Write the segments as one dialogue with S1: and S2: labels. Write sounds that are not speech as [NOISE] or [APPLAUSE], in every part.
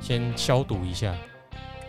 S1: 先消毒一下。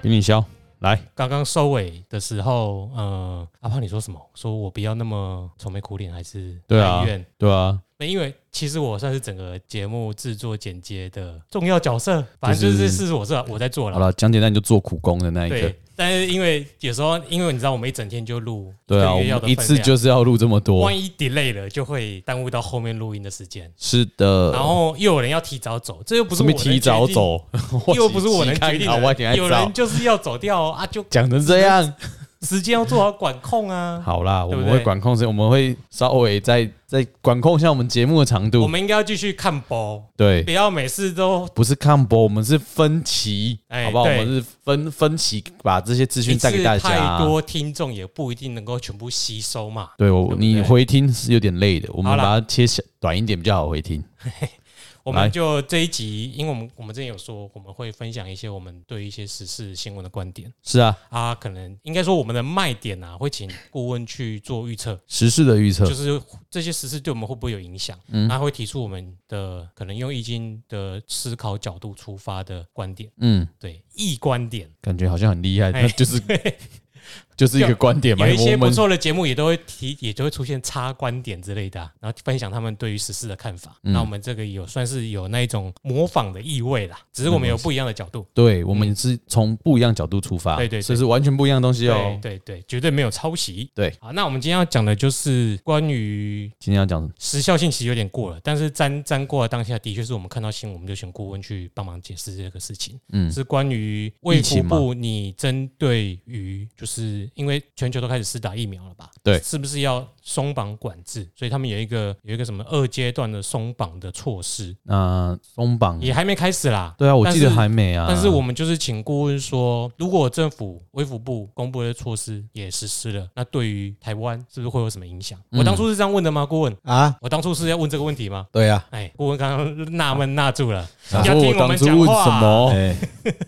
S2: 给你消来，
S1: 刚刚收尾的时候，呃，阿胖你说什么？说我不要那么愁眉苦脸，还是
S2: 对啊
S1: 埋怨
S2: 对啊，
S1: 那因为其实我算是整个节目制作剪接的重要角色，反正就是
S2: 就是
S1: 是我是我在做
S2: 好
S1: 了。
S2: 了，讲简单你就做苦工的那一个
S1: 对，，但是因为有时候，因为你知道我们一整天就录，
S2: 对啊，
S1: 一
S2: 我
S1: 个月要的
S2: 们一
S1: 分
S2: 次
S1: 量
S2: 就是要录这么多
S1: 万，一 delay 了，就会耽误到后面录音的时间。
S2: 是的，
S1: 然后又有人要提早走，这又不是
S2: 什
S1: 我
S2: 么
S1: 能
S2: 提早
S1: 决定，
S2: 走，
S1: 又不是我能
S2: 看
S1: 决定
S2: 啊，我还挺爱
S1: 的。有人
S2: 照，
S1: 就是要走掉啊，就
S2: 讲成这
S1: [LAUGHS]
S2: 样，
S1: 时间要做好管控啊。
S2: 好啦，
S1: 对
S2: 我
S1: 不
S2: 们会
S1: 对
S2: 管控时间，我们会稍微再再管控一下我们节目的长
S1: 我
S2: 度。
S1: 们应该要继续看播，
S2: 对
S1: 不，要每次都
S2: 不是看播，我们是分歧，
S1: 哎
S2: 好不好？我
S1: 对
S2: 们是分分歧，把这些资
S1: 一
S2: 讯带
S1: 次
S2: 给大
S1: 太
S2: 家。
S1: 多听众也不一定能够全部吸收嘛。
S2: 对
S1: 对
S2: 我，
S1: 不对
S2: 你回听是有点累的，我
S1: 好
S2: 们
S1: 啦
S2: 把它切小短一点比较好回听。
S1: 我
S2: 来
S1: 们就这一集，因为我们我们之前有说，我们会分享一些我们对一些时事新闻的观点
S2: 是啊，
S1: 啊，可能应该说我们的卖点啊，会请顾问去做预测，
S2: 时事的预测
S1: 就是这些时事对我们会不会有影响，
S2: 嗯
S1: 他会提出我们的可能用易经的思考角度出发的观点，
S2: 嗯，
S1: 对易观点，
S2: 感觉好像很厉害，
S1: 哎
S2: 那
S1: [LAUGHS]
S2: 就是就是一个观点嘛。
S1: 有一些
S2: 我
S1: 不
S2: 们
S1: 错的节目也都会提，也就会出现插观点之类的啊、然后分享他们对于时事的看法。
S2: 嗯
S1: 那我们这个有算是有那一种模仿的意味啦，只是我们有不一样的角度。
S2: 对，我们是从不一样角度出发，
S1: 对对对
S2: 所以是完全不一样的东西
S1: 对
S2: 哦。
S1: 对对，绝对没有抄袭。
S2: 对，
S1: 好，那我们今天要讲的就是关于
S2: 今天要讲什么
S1: 时效性，其实有点过了，但是沾沾过了当下，的确是我们看到新闻，我们就请顾问去帮忙解释这个事情。
S2: 嗯
S1: 是关于卫
S2: 疫
S1: 福
S2: 情吗
S1: 部，你针对于就是因为全球都开始施打疫苗了吧？
S2: 对
S1: 是不是要松绑管制？所以他们有一个有一个什么二阶段的松绑的措施，
S2: 那松绑
S1: 也还没开始啦。
S2: 嗯对啊，我记得
S1: 但是
S2: 还没啊。
S1: 但是我们就是请顾问说，如果政府卫福部公布的措施也实施了，那对于台湾是不是会有什么影响？我当
S2: 嗯
S1: 初是这样问的吗？顾问，
S3: 啊，
S1: 我当初是要问这个问题吗？
S3: 对啊，
S1: 哎，顾问刚刚纳闷纳住了，
S2: 想
S1: 要
S2: 啊说
S1: 听
S2: 我
S1: 我
S2: 当
S1: 们
S2: 初
S1: 讲
S2: 问
S1: 话
S2: 什么？
S3: 哎，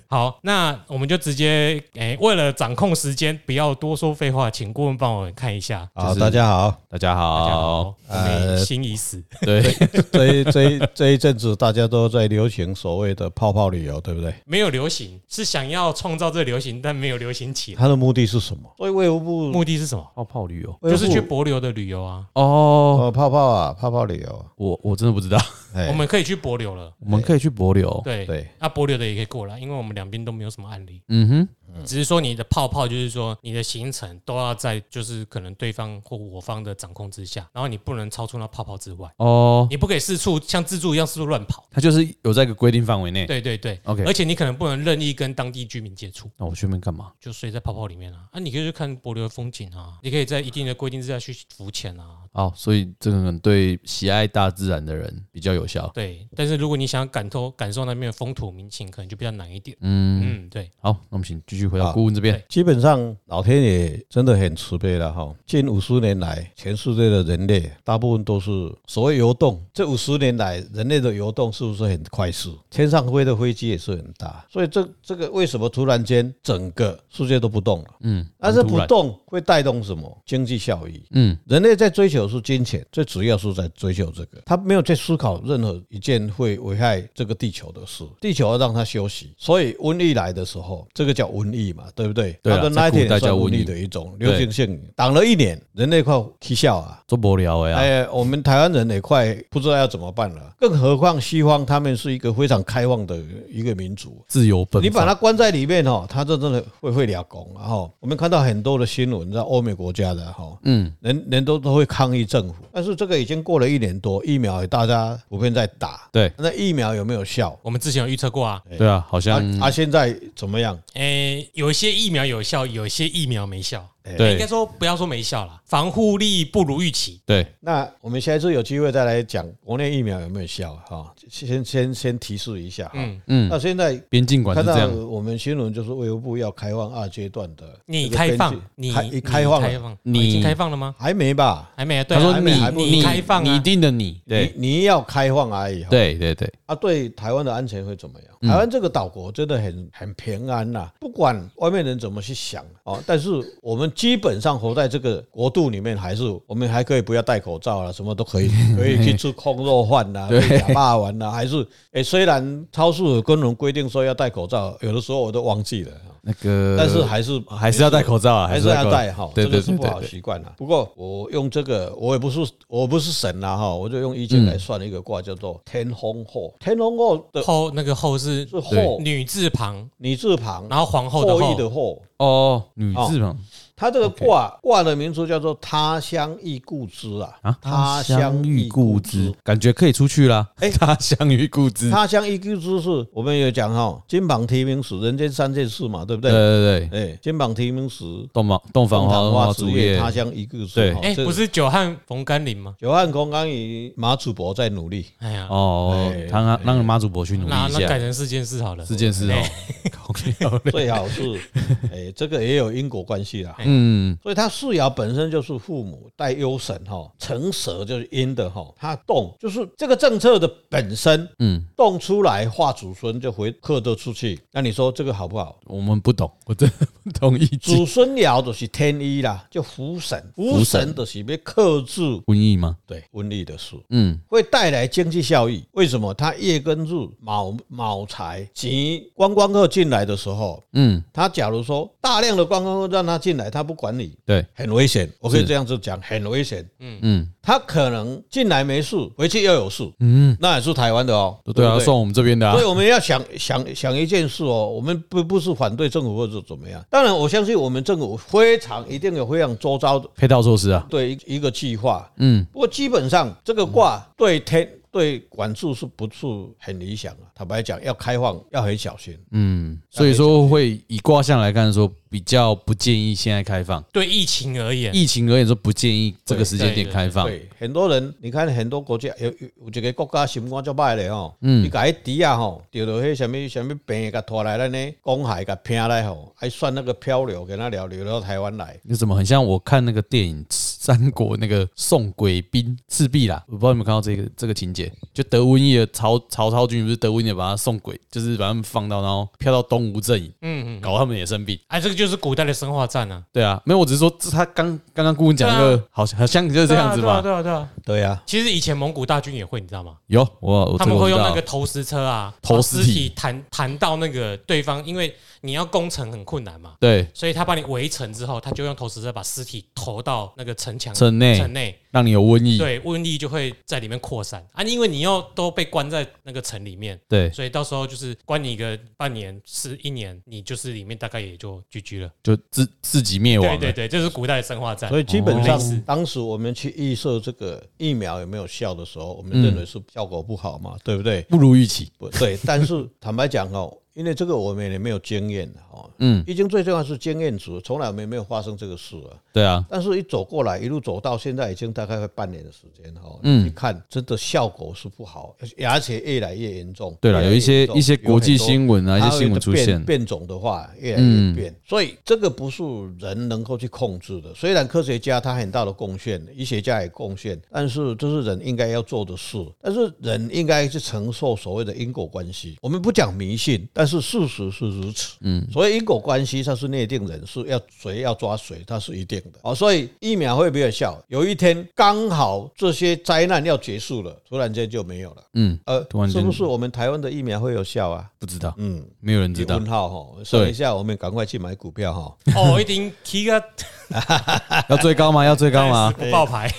S1: 好，那我们就直接诶、为了掌控时间，不要多说废话，请顾问帮我看一下。
S3: 好，
S2: 就是
S3: 大家好，
S2: 大
S1: 大
S2: 家
S1: 家
S2: 好，
S1: 好，我们
S3: 呃
S1: 心已死，
S2: 对，
S3: 这一这一这一阵子大家都在流行所谓的泡泡旅游，对不对？
S1: 没有流行，是想要创造这流行，但没有流行起来。
S3: 它的目的是什么？所以卫福部
S1: 目的是什么？
S2: 泡泡旅游
S3: 卫
S1: 就
S3: 福
S1: 是
S3: 部
S1: 去博流的旅游啊，
S2: 哦，
S3: 呃泡泡啊，泡泡旅游啊，
S2: 我我真的不知道，
S3: 哎
S1: 我们可以去博流了。
S2: [LAUGHS] 我们可以去博流，
S1: 对
S3: 对，
S1: 那博流的也可以过来，因为我们两边都没有什么案例，
S2: 嗯哼，
S1: 只是说你的泡泡就是说你的行程都要在就是可能对方或我方的掌控之下，然后你不能超出那泡泡之外，
S2: 哦，
S1: 你不可以四处像自助一样四处乱跑。
S2: 它就是有在一个规定范围内。
S1: 对对对
S2: OK
S1: 而且你可能不能任意跟当地居民接触，
S2: 哦那我去那边干嘛？
S1: 就睡在泡泡里面啊。啊，你可以去看柏流的风景啊，你可以在一定的规定之下去浮潜啊。
S2: 哦，所以这个可能对喜爱大自然的人比较有效。
S1: 对，但是如果你想感受感受那边的风土民情，可能就比较难一点。
S2: 嗯，
S1: 嗯，对，
S2: 好，那我们请继续回到
S3: 好
S2: 顾问这边
S1: 对。
S3: 基本上老天爷真的很慈悲了哈。近五十年来，全世界的人类大部分都是所谓游动。这五十年来，人类的游动是不是很快速？天上飞的飞机也是很大，所以这这个为什么突然间整个世界都不动了？
S2: 嗯，
S3: 但是
S2: 很突
S3: 不
S2: 然，
S3: 动会带动什么经济效益？
S2: 嗯，
S3: 人类在追求的是金钱，最主要是在追求这个，他没有在思考任何一件会危害这个地球的事。地球要让它休息，所以瘟疫来的时候，这个叫瘟疫嘛，对不对？
S2: 对啊
S3: 它跟
S2: 在
S3: 那
S2: 古代
S3: 天也算
S2: 叫瘟
S3: 瘟
S2: 疫
S3: 疫的一种流行性，挡了一年，人类快气笑啊！
S2: 做不了的呀。
S3: 哎，我们台湾人也快不知道要怎么办了，更何况西方他们是一个非常开放的一个民族，
S2: 自由奔放，
S3: 你把它关在里面哦，它这真的会会俩拱然后我们看到很多的新闻，在欧美国家的哈，
S2: 嗯，
S3: 人人都都会抗议政府，但是这个已经过了一年多，疫苗也大家普遍在打，
S2: 对，
S3: 那疫苗有没有效？
S1: 我们之前有预测过啊，
S2: 对啊，好像
S3: 啊啊，现在怎么样？
S1: 诶，有一些疫苗有效，有一些疫苗没效。应该
S2: 对
S1: 说不要说没效啦，防护力不如预期。
S2: 对，
S3: 那我们下一次有机会再来讲国内疫苗有没有效啊哈，先先先提示一下哈。
S1: 嗯
S2: 嗯，
S3: 那现在
S2: 边境管
S3: 看
S2: 是这
S3: 到
S2: 样，
S3: 我们新闻就是卫福部要开放二阶段的，
S1: 你开放，你
S3: 开
S1: 你
S3: 开放了
S1: 开放，哦
S2: 你
S1: 你已经开放了吗？
S3: 还没吧？
S1: 还没啊，对
S2: 他
S1: 啊，
S2: 说
S1: 还
S2: 你
S1: 没还不
S2: 你
S1: 开放
S2: 你
S1: 啊，
S2: 定的你，对
S3: 你你要开放而已哈。
S2: 对对对，
S3: 啊，对台湾的安全会怎么样？
S2: 嗯
S3: 台湾这个岛国真的很很平安呐、不管外面人怎么去想哦，但是我们基本上活在这个国度里面，还是我们还可以不要戴口罩了，什么
S2: [LAUGHS]
S3: 都可以，可以去吃空肉饭啦、
S2: 对
S3: 去假霸王啦，还是诶、虽然超市有跟人规定说要戴口罩，有的时候我都忘记了，
S2: 那个，
S3: 但是还是
S2: 呃还是要戴口罩啊，
S3: 还是
S2: 是
S3: 要
S2: 口
S3: 戴好，
S2: 对
S3: 这
S2: 对
S3: 个是
S2: 对
S3: 不好
S2: 对，
S3: 习惯了。啊不过我用这个，我也不是我不是神啦哈，我就用易经来算一个卦，叫做天风后。天风后的
S1: 后那个后是
S3: 是后，
S1: 女字旁，
S3: 女字旁，
S1: 然后皇后的
S3: 后羿
S1: 后，
S3: 的后。
S2: 哦，女字旁
S3: 它这个卦卦的名字叫做他乡遇故知啊
S2: 啊，，
S3: 他乡遇故
S2: 故
S3: 知
S2: 知，。感觉可以出去啦。
S3: 哎
S2: 他乡遇故知，
S3: 他乡遇故知是我们有讲哈，金榜题名时，人间三件事嘛，对不
S2: 对
S3: 对？
S2: 对对对，
S3: 哎，金榜题名时，
S2: 洞房洞房哦
S3: 凤
S2: 花
S3: 堂
S2: 花
S3: 花烛
S2: 烛
S3: 夜，
S2: 夜，
S3: 他乡遇故知。
S2: 对
S3: 哈
S1: 哎，
S3: 这
S1: 不是久旱逢甘霖吗？
S3: 久旱空甘雨，马主伯在努力。
S1: 哎呀，
S2: 哦
S3: 哎，
S2: 他让让妈祖伯去努力
S1: 那
S2: 一
S1: 那改
S2: 下
S1: 成四件事好了，
S2: 这件事哦
S1: 哎，
S2: [LAUGHS] 好漂亮
S3: 最好是，哎、这个也有因果关系啦。
S2: 嗯，
S3: 所以它四爻本身就是父母带忧神哈，成蛇就是阴的哈，它动就是这个政策的本身，
S2: 嗯，
S3: 动出来化祖孙就回刻得出去。那你说这个好不好？
S2: 我们不懂，我真的不懂易经
S3: 祖孙爻就是天一啦，就福神，福
S2: 福神
S3: 神的是被克制
S2: 瘟疫吗？
S3: 对瘟疫的事。
S2: 嗯，
S3: 会带来经济效益。为什么？它月跟日卯卯财及观光客进来的时候，
S2: 嗯，
S3: 他假如说大量的观光客让他进来，他不管你，
S2: 对，
S3: 很危险。我可以
S2: 是
S3: 这样子讲，很危险。
S2: 嗯
S3: 他可能进来没事，回去又有事，
S2: 嗯，
S3: 那也是台湾的哦。
S2: 对啊，
S3: 不
S2: 算我们这边的啊
S3: 所以，我们要想想想一件事哦，我们不不是反对政府或者怎么样。当然，我相信我们政府非常一定有非常周遭的
S2: 配套措施啊，
S3: 对一一个计划。
S2: 嗯，
S3: 不过基本上这个卦对天对管制是不是很理想啊？坦白讲，要开放要很小心。
S2: 嗯，所以说会以卦象来看，说比较不建议现在开放。
S1: 对疫情而言，
S2: 疫情而言说不建议这个时间点开放。
S3: 对，很多人，你看很多国家有有有一个国家心肝足歹咧吼，伊甲迄猪啊吼，钓到迄什物什物病，甲拖来咱呢，公海甲拼来吼，还算那个漂流给他流流到台湾来。
S2: 你怎么很像我看那个电影《三国》那个送鬼兵赤壁啦？我不知道你们看到这个这个情节，就德瘟疫的曹曹操军不是德瘟疫把他送鬼，就是把他们放到然后飘到东吴阵营，
S1: 嗯嗯，
S2: 搞他们也生病。
S1: 哎，这个就是古代的生化战啊，
S2: 对啊，没有，我只是说这他刚刚刚顾问讲
S1: 对
S2: 那个，好像好像就是这样子
S1: 对啊
S2: 吧？
S1: 对啊对啊对啊，
S3: 对啊，
S1: 其实以前蒙古大军也会，你知道吗？
S2: 有我我
S1: 他
S2: 这
S1: 们
S2: 个我
S1: 会
S2: 知
S1: 用
S2: 道
S1: 那个投石车啊，
S2: 投
S1: 把
S2: 石
S1: 尸
S2: 体
S1: 体弹弹到那个对方，因为你要攻城很困难嘛，
S2: 对
S1: 所以他把你围城之后，他就用投石车把尸体投到那个城墙
S2: 城内
S1: 城内，
S2: 让你有瘟疫，
S1: 对，瘟疫就会在里面扩散啊，因为你又都被关在那个城里面。
S2: 对，
S1: 所以到时候就是关你个半年是一年，你就是里面大概也就 GG 了。
S2: 就自自己灭亡
S1: 对
S2: 了。
S1: 对对，这是古代的生化战。
S3: 所以基本
S1: 哦类
S3: 上
S1: 似
S3: 当时我们去预设这个疫苗有没有效的时候，我们认为是效果不好嘛，对不对？
S2: 不如预期。
S3: 不 [LAUGHS] 对，但是坦白讲哦，因为这个我们也没有经验哦。
S2: 嗯，
S3: 易经最重要是经验值，从来我们没有发生这个事啊。
S2: 对啊，
S3: 但是一走过来，一路走到现在，已经大概快半年的时间哈。
S2: 嗯
S3: 你看真的效果是不好，而且越来越严重。
S2: 对
S3: 越
S2: 了，
S3: 来
S2: 有
S3: 越
S2: 一些
S3: 严重
S2: 一些国际新闻啊，
S3: 有
S2: 一
S3: 很多
S2: 些新闻出
S3: 它
S2: 现嗯
S3: 变，变种的话，越来越变，所以这个不是人能够去控制的。虽然科学家他很大的贡献，医学家也贡献，但是这是人应该要做的事。但是人应该去承受所谓的因果关系。我们不讲迷信，但是事实是如此。嗯，所以因果关系它是内定人事，要谁要抓谁，它是一定的。哦，所以疫苗会没有效，有一天刚好这些灾难要结束了，突然间就没有了。
S2: 嗯，
S3: 呃
S2: 突，然
S3: 是
S2: 间
S3: 不是我们台湾的疫苗会有效啊？
S2: 不知道，
S3: 嗯，
S2: 没有人知
S3: 你
S2: 道
S3: 问，号哈，算一下，我们赶快去买股票哈。
S1: 哦，一定 K
S2: [LAUGHS]
S1: 个
S2: 要最高吗？要最
S1: [LAUGHS]
S2: 高吗？
S1: 不爆
S2: [LAUGHS]
S1: 牌。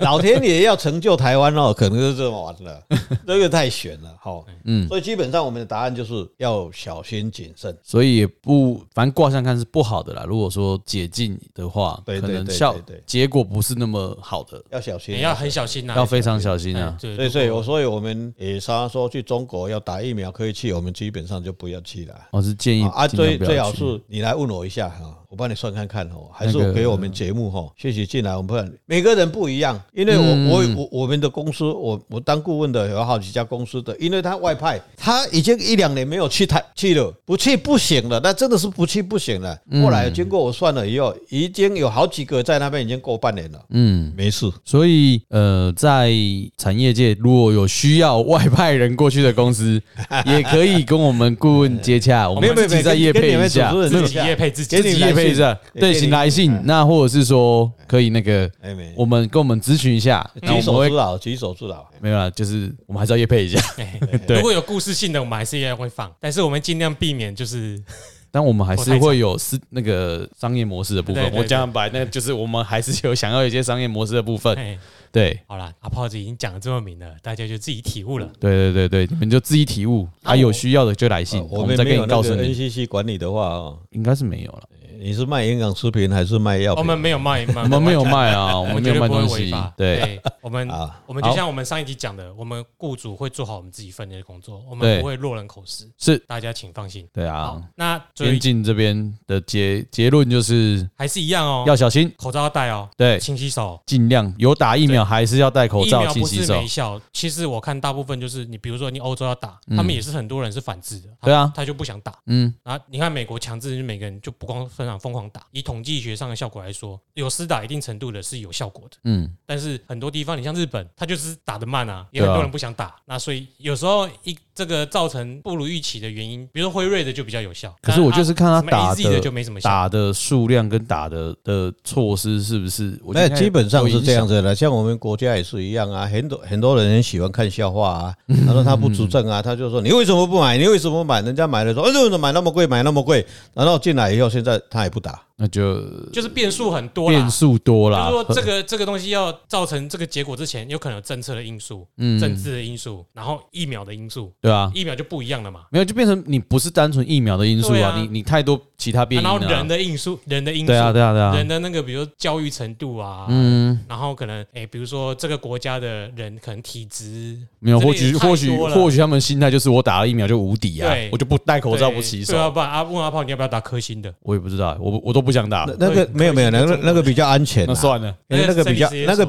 S3: 老天爷要成就台湾哦，可能就这么完了，这个太悬了哈。嗯，所以基本上我们的答案就是要小心谨慎。
S2: 所以也不，反正卦象看是不好的啦。如果说解禁的话，
S3: 对
S2: 可
S3: 对
S2: 能
S3: 对
S2: 效
S3: 对对
S2: 结果不是那么好的，
S3: 要小心，
S1: 你要很小心呐、
S2: 要非常小心
S1: 哎
S2: 啊。
S1: 对
S3: 所以，所以我所以我们也常常说去中国要打疫苗可以去，我们基本上就不要去了。
S2: 我是建议
S3: 啊，
S2: 尽量
S3: 最
S2: 不
S3: 最
S2: 要
S3: 好
S2: 去
S3: 是你来问我一下哈，我帮你算看看哦，还是
S2: 那
S3: 我
S2: 个嗯
S3: 给我们节目哈，谢谢进来，我们不然每个人不一样，因为我我我我们的公司，我我当顾问的有好几家公司的，因为他外派，他已经一两年没有去台去了，不去不行了，那真的是不去不行了。
S2: 嗯
S3: 后来经过我算了以后，已经有好几个在那边已经过半年了，
S2: 嗯。
S3: 没事，
S2: 所以，呃，在产业界，如果有需要外派人过去的公
S3: [LAUGHS]
S2: 司，也可以跟我们顾问接洽，我
S1: 没
S2: 们
S1: 有
S2: 自己再业
S3: 跟
S2: 配
S3: 你
S2: 一
S3: 们主
S2: 下，
S3: 持人
S1: 自
S3: 一
S1: 己
S3: 下
S1: 业配自己
S3: 给
S2: 自
S3: 你
S2: 己
S3: 来
S2: 业配一
S3: 信
S2: 下，
S3: 给
S2: 对，
S3: 你嗯
S2: 请来来信，那或者是说可以那个
S3: 哎没，
S2: 我们跟我们咨询一下，那
S3: 举
S2: 我们
S3: 手
S2: 会
S3: 之劳，举手之劳。
S2: 没有啦，就是我们还是要叶配一
S3: [LAUGHS]
S2: 下，
S1: 哎
S2: 对
S1: 如果有故事性的，我们还是一样会放，但是我们尽量避免就是 [LAUGHS]
S2: 但我们还是
S1: 我太
S2: 会有是那个商业模式的部
S1: 对
S2: 分。
S1: 对
S2: 我讲白，那就是我们还是有想要一些商业模式的部分。
S1: 哎，
S2: 对，
S1: 好啦，阿炮子已经讲的这么明了，大家就自己体悟了。
S2: 对对对对，你们就自己体悟啊，有需要的就来信，嗯我
S3: 呃我
S2: 们
S3: 们
S2: 再
S3: 没
S2: 跟
S3: 有
S2: 你
S3: 那
S2: 告诉
S3: 个
S2: 你，
S3: NCC 管理的话哦，
S2: 应该是没有了。
S3: 你是卖营养食品还是卖药
S1: 我
S3: 品？
S1: 们没有卖，我
S2: 我们没有卖 [LAUGHS] 啊，我
S1: 我
S2: 们没有
S1: 绝
S2: 卖
S1: 对不会
S2: 东
S1: 违
S2: 西
S1: 法。
S2: 对，
S1: 我们
S3: 啊
S1: 我们就
S2: 好
S1: 像我们上一集讲的，我们雇主会做好我们自己分内的工作，我
S2: 对
S1: 们不会落人口实，
S2: 是，
S1: 大家请放心。
S2: 对
S1: 好
S2: 啊。，
S1: 那
S2: 边
S1: 最
S2: 境这边的结结论就是
S1: 还是一样哦，
S2: 要小心，
S1: 口罩要戴哦，
S2: 对，
S1: 勤洗手。
S2: 尽量有打疫苗还是要戴口
S1: 疫
S2: 罩、
S1: 苗
S2: 勤
S1: 不
S2: 洗
S1: 是
S2: 手
S1: 没。效，其实我看大部分就是你，比如说你欧洲要打，他们也是很多人是反制的，他
S2: 嗯对啊
S1: 他就不想打。
S2: 嗯，
S1: 啊，你看美国强制每个人就不光非常疯狂打，以统计学上的效果来说，有施打一定程度的是有效果的。
S2: 嗯，
S1: 但是很多地方，你像日本，它就是打得慢啊，也
S2: 对啊
S1: 有很多人不想打。那所以有时候一这个造成不如预期的原因，比如说辉瑞的就比较有效，
S2: 可是我就是看他
S1: 但是啊
S2: 打
S1: 什么 AZ 的
S2: 的
S1: 就没什么效。
S2: 打的数量跟打的的措施是不是？我觉
S3: 那
S2: 得
S3: 基本上是这样
S2: 子。
S3: 子的，像我们国家也是一样啊，很多很多人很喜欢看笑话啊。他说他不执政啊，他就说你为什么不买？你为什么买？人家买了说，哎，为什么买那么贵？买那么贵？然后进来以后，现在他也不打。
S2: 那就
S1: 就是变数很多啦
S2: 变。数多
S1: 就是
S2: 啦。
S1: 说，这个这个东西要造成这个结果之前，有可能有政策的因素、
S2: 嗯
S1: 政治的因素，然后疫苗的因素，
S2: 对啊，
S1: 疫苗就不一样了嘛。
S2: 没有就变成你不是单纯疫苗的因素
S1: 对
S2: 啊，
S1: 啊
S2: 你你太多其他变
S1: 啊
S2: 因
S1: 然后
S2: 了。
S1: 人的因素，人的因素，
S2: 对啊对啊对啊，
S1: 人的那个，比如说教育程度啊，
S2: 嗯，
S1: 然后可能哎、诶比如说这个国家的人可能体质
S2: 没有，
S1: 这个
S2: 或
S1: 也
S2: 许
S1: 太
S2: 或许
S1: 多了
S2: 或许他们心态就是我打了疫苗就无敌啊
S1: 对，
S2: 我就不戴口罩
S1: 对
S2: 不洗
S1: 对啊，
S2: 手，
S1: 不然啊，问阿炮你要不要打科兴
S2: [LAUGHS]
S1: 的？
S2: 我也不知道，我我都不想打
S3: 那，那个没有没有，那个那个比较安全
S2: 那
S3: 啊。
S2: 算哎了，
S3: 因为那个比较
S1: 那个
S3: 那个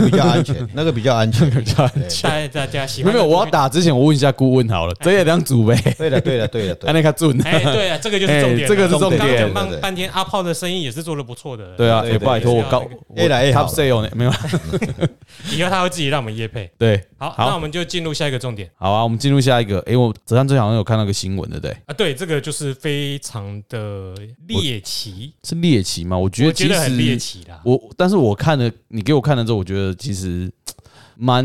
S3: 比较安全，那个比较安全， [LAUGHS] 那个比较安
S2: [LAUGHS]
S1: 大家
S3: 全。
S1: 大家喜
S2: 没
S1: 欢
S2: 有没有，我要。打之前我问一下顾问好了，这也两组呗，
S3: 对的，对的，对的，对
S2: 安
S3: 的。
S2: 那个准，
S1: 哎，对啊，这个就是重点
S2: 哎
S1: 了，
S2: 这个是重
S1: 刚刚
S2: 点
S1: 讲
S3: 对对对
S1: 半半天，阿炮的生意也是做的不错的。
S2: [LAUGHS] 对啊，
S3: 对
S2: 哎，
S3: 对
S2: 拜托
S1: 对
S2: 我告
S1: 对对，
S2: 我
S3: 越来越好
S2: top sale 呢，没有啦，
S1: 以后他会自己让我们业配。
S2: 对，
S1: 好，
S2: 好
S1: 那我们就进入下一个重点
S2: 好啊，我们进入下一个，哎，我泽上最好像有看到一个新闻，对不对？
S1: 啊。对，这个就是非常的猎奇，
S2: 是猎奇吗？我觉
S1: 我
S2: 得其
S1: 觉得很猎
S2: 实
S1: 奇啦。
S2: 我，但是我看了你给我看了之后，我觉得其实蛮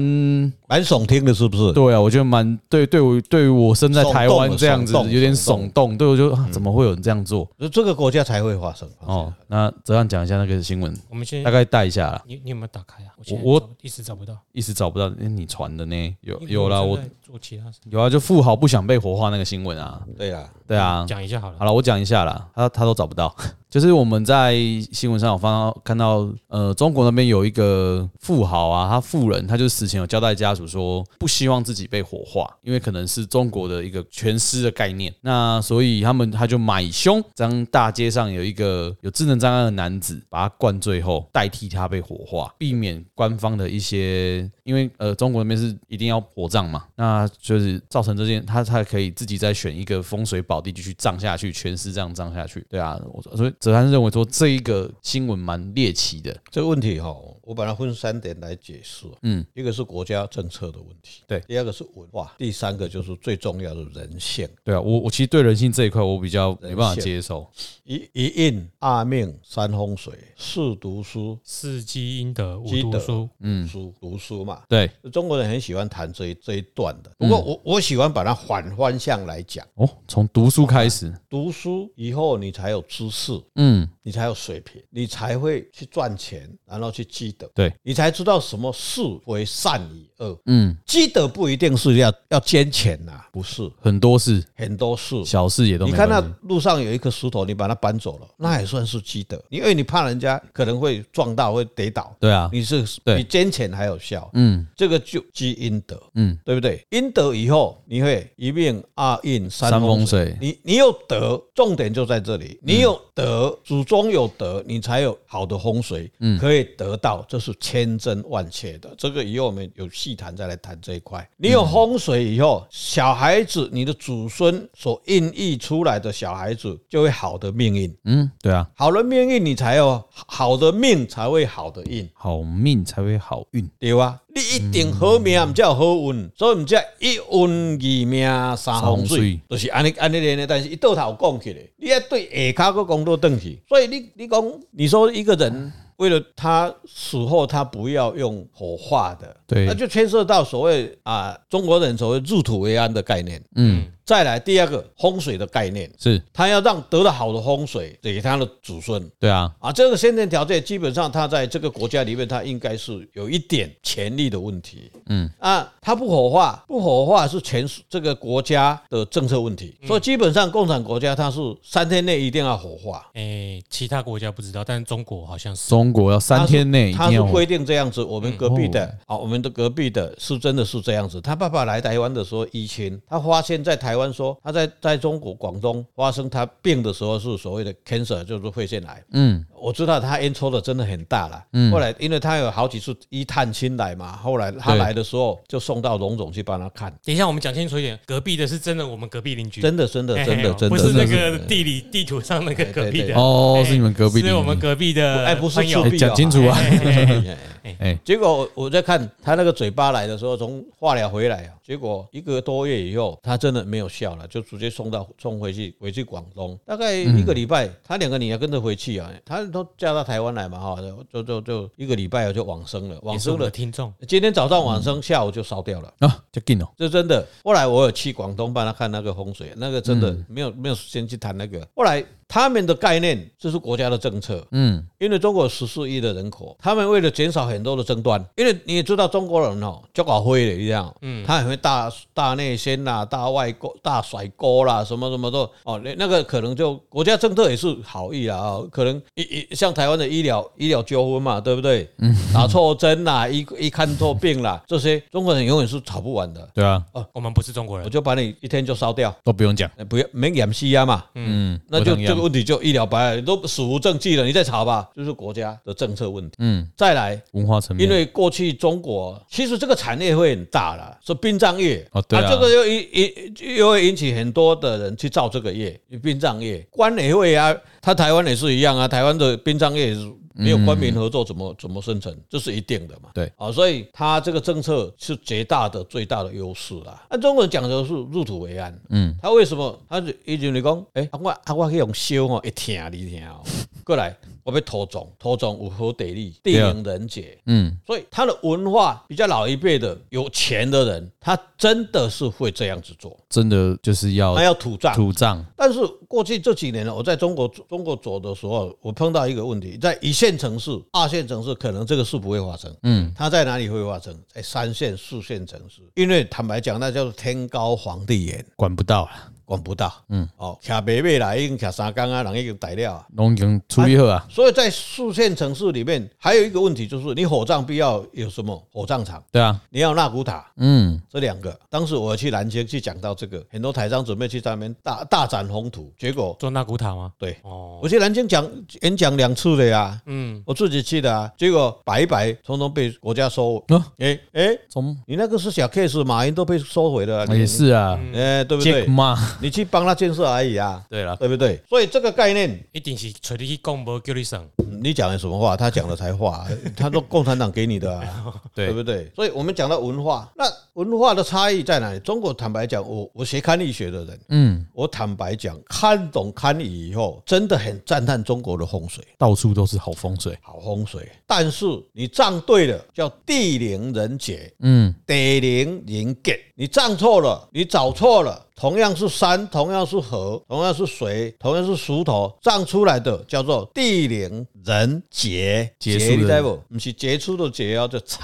S3: 蛮耸听的，是不是？
S2: 对啊，我觉得蛮对，对我对于我身在台湾
S3: 耸动
S2: 这样子
S3: 耸动
S2: 有点
S3: 耸
S2: 耸动，对我就、啊、怎么会有人这样做？
S3: 这个国家才会发生。
S2: 哦，那泽样讲一下那个新闻，
S1: 我们先
S2: 大，概带一下啦，
S1: 你你有没有打开啊？我现在
S2: 我
S1: 找一时找不到。
S2: 一时找不到诶你传的呢，有有啦，
S1: 因为
S2: 我
S1: 正在做其他事。
S2: 有啊，就富豪不想被火化那个新闻啊，
S3: 对啦，
S2: 对啊，
S1: 讲一下好了
S2: 好。了，我讲一下啦，他他都找不到， [LAUGHS] 就是我们在新闻上有放到看到，呃，中国那边有一个富豪啊，他富人，他就是死前有交代家属说，不希望自己被火化，因为可能是中国的一个全尸的概念，那所以他们他就买凶，将大街上有一个有智能障碍的男子，把他灌醉后，代替他被火化，避免官方的一些，因为呃，中国那边是一定要火葬嘛，那就是造成这件，他他可以自己再选一个风水宝地继续葬下去，全尸这样葬下去，对啊，我所以泽安认为说这一个新闻蛮猎奇的，
S3: 这个问题哈，我把它分三点来解释。
S2: 嗯，
S3: 一个是国家政策的问题，
S2: 对
S3: 第二个是文化，第三个就是最重要的人性。
S2: 对啊，我我其实对人性这一块我比较没办法接受，
S3: 一一印二命三风水，四读书，
S1: 四积阴德，五
S3: 积
S1: 读
S3: 德
S1: 书。
S2: 嗯，
S3: 书读书嘛。
S2: 对，
S3: 中国人很喜欢谈这一这一段的，
S2: 嗯
S3: 不过我我喜欢把它反方向来讲。
S2: 哦，从读书开始，
S3: 读书以后，你才有知识，
S2: 嗯，
S3: 你才有水平，你才会去赚钱，然后去积德，
S2: 对，
S3: 你才知道什么是为善与恶。
S2: 嗯，
S3: 积德不一定是要要捐钱呐、不是
S2: 很多事
S3: 很多事。
S2: 小事也都
S3: 你
S2: 没
S3: 看那
S2: 关系
S3: 路上有一颗石头，你把它搬走了，那也算是积德，因为你怕人家可能会撞到会跌倒，
S2: 对啊，
S3: 你是
S2: 对
S3: 比捐钱还有效。
S2: 嗯
S3: 这个就积阴德，
S2: 嗯，
S3: 对不对？阴德以后，你会一命二运三
S2: 三
S3: 风
S2: 风
S3: 水。
S2: 水
S3: 你你有德，重点就在这里。你有德，祖宗有德，你才有好的风水，可以得到，这是千真万确的。这个以后我们有细谈谈再来谈这一块。你有风水以后，小孩子你的祖孙所孕育出来的小孩子就会好的命运，
S2: 嗯，对啊，
S3: 好的命运你才有好的命，才会好的运。
S2: 好命才会好运。
S3: 对啊，你一定好命，毋才有好运，所以毋才一运二命三
S2: 三
S3: 风
S2: 风水
S3: 水，就是安尼安尼连的。但是伊倒头讲起来，你要对下骹个讲倒转去，所以你你讲，你说一个人。为了他死后，他不要用火化的，
S2: 对
S3: 那就牵涉到所谓啊中国人所谓入土为安的概念。
S2: 嗯，
S3: 再来第二个风水的概念，
S2: 是
S3: 他要让得到好的风水给他的子孙，
S2: 对啊，
S3: 啊，这个先天条件基本上他在这个国家里面，他应该是有一点权力的问题。
S2: 嗯，
S3: 啊，他不火化，不火化是全这个国家的政策问题，所以基本上共产国家它是三天内一定要火化。
S1: 诶，其他国家不知道，但中国好像是。
S2: 中国要三天内一
S3: 他
S2: 定
S3: 是
S2: 要哦
S3: 规定这样子。我们隔壁的啊，我们的隔壁的是真的是这样子。他爸爸来台湾的时候，一亲，他发现在台湾说他在在中国广东发生他病的时候是所谓的 cancer，就是肺腺癌。
S2: 嗯，
S3: 我知道他烟抽的真的很大了。后来因为他有好几次一探亲来嘛，后来他
S2: 对
S3: 来的时候就送到龙总去帮他看，
S1: 等一下，我们讲清楚一点，隔壁的是真的，我们隔壁邻居，
S3: 真的真的
S1: 嘿嘿
S3: 真的真的，
S1: 不是
S3: 真的
S1: 那个地理地图上那个隔壁
S3: 对对对
S1: 的
S2: 哦，是你们隔壁
S1: 是
S2: 邻
S1: 我们
S2: 居
S1: 隔壁的
S3: 哎不是
S1: 朋友
S2: 哎
S3: 隔壁
S2: 讲清楚啊，
S1: 嘿嘿嘿
S3: 哎
S2: 哎，
S3: 结果我我在看他那个嘴巴来的时候，从化疗回来啊，结果一个多月以后，他真的没有效了，就直接送到送回去，回去广东，大概一个礼拜，他两个女儿跟着回去啊，他都嫁到台湾来嘛哈，就就就一个礼拜就往生了，往
S1: 也是我
S3: 生
S1: 们的
S3: 了，
S1: 听众，
S3: 今天早上往生，下午就烧掉了。
S2: [LAUGHS] 啊，就进哦，
S3: 这真的。后来我有去广东帮他看那个风水，那个真的
S2: 嗯
S3: 没有、没有先去谈那个。后来他们的概念，这是国家的政策，
S2: 嗯，
S3: 因为中国有十四亿的人口，他们为了减少很多的争端，因为你也知道中国人哦，就搞灰的这样，嗯，他很会大大内宣啦、大外沟、大甩锅啦，什么什么的哦，那那个可能就国家政策也是好意啦啊、哦，可能一一像台湾的医疗医疗纠纷嘛，对不对？嗯，打错针啦，一一看错病啦，这些中国人永远是吵不完的。
S2: 对啊，
S1: 我们不是中国
S3: 我
S1: 人，
S3: 就把你一天就烧掉，
S2: 都不用讲，
S3: 呃不要没演戏啊嘛，
S2: 嗯，
S3: 那就
S2: 我同意啊
S3: 这个问题就一了百了，都史无证据了，你再查吧，就是国家的政策问题。
S2: 嗯，
S3: 再来，
S2: 文化层面，
S3: 因为过去中国其实这个产业会很大啦，是殡葬业
S2: 哦对啊
S3: 这个又引引又会引起很多的人去造这个业，殡葬业官也会啊，他台湾也是一样啊，台湾的殡葬业也是没有官民合作怎么怎么生存，这是一定的嘛。
S2: 对
S3: 啊，所以他这个政策是绝大的最大的优势啦。按中国人讲的是入土为安，嗯，他为什么他就以前你讲，诶、啊我啊我去用烧哦，会疼你听哦，过来我要土葬，土葬有好地理，地
S2: 对啊
S3: 灵人杰，
S2: 嗯，
S3: 所以他的文化比较老一辈的有钱的人，他真的是会这样子做，
S2: 真的就是要
S3: 他要哦土葬。
S2: 土葬，
S3: 但是过去这几年呢，我在中国中国走的时候，我碰到一个问题，在一线城市、二线城市，可能这个事不会发生。嗯，它在哪里会发生？在三线、四线城市，因为坦白讲，那叫做天高皇帝远，
S2: 管不到啊啦，
S3: 管不到。嗯，哦，徛北北来已经徛三江啊，人已经逮了啊。
S2: 拢已经处理好啊，
S3: 所以在四线城市里面，还有一个问题就是，你火葬必要有什么火葬场？
S2: 对啊，
S3: 你要纳古塔，
S2: 嗯，
S3: 这两个，当时我去南京去讲到这个，很多台商准备去那边大大展宏图，结果
S1: 做纳古塔吗？
S3: 对
S1: 哦，
S3: 我去南京讲演讲两次了呀，
S1: 嗯，
S3: 我自己去的啊，结果白白通通被国家收。
S2: 啊
S3: 哎哎，
S2: 中
S3: 你那个是小 case，马云都被收回了啊，你
S2: 也，是啊，
S3: 哎，对不
S2: 杰
S3: 对？
S2: 嘛，
S3: 你去帮他建设而已啊，
S2: 对了，
S3: 对不对？所以这个概念，
S1: 一定是找你去讲，无叫你上。
S3: 嗯你讲的什么话，他讲的才话，他说共产党给你的啊。对
S2: [LAUGHS] 对，
S3: 不对？所以我们讲到文化，那文化的差异在哪里？中国坦白讲，我我学堪舆学的人，
S2: 嗯，
S3: 我坦白讲，看懂堪舆以后，真的很赞叹中国的风水，
S2: 到处都是好风水，
S3: 好风水。但是你站对了，叫地灵人杰，
S2: 嗯，
S3: 地灵人杰；你站错了，你找错了。同样是山，同样是河，同样是水，同样是石头，站出来的叫做地灵人杰。
S2: 杰
S3: 杰
S2: 出
S3: 你
S2: 的
S3: 知道不？不是杰出的杰哦，叫贼。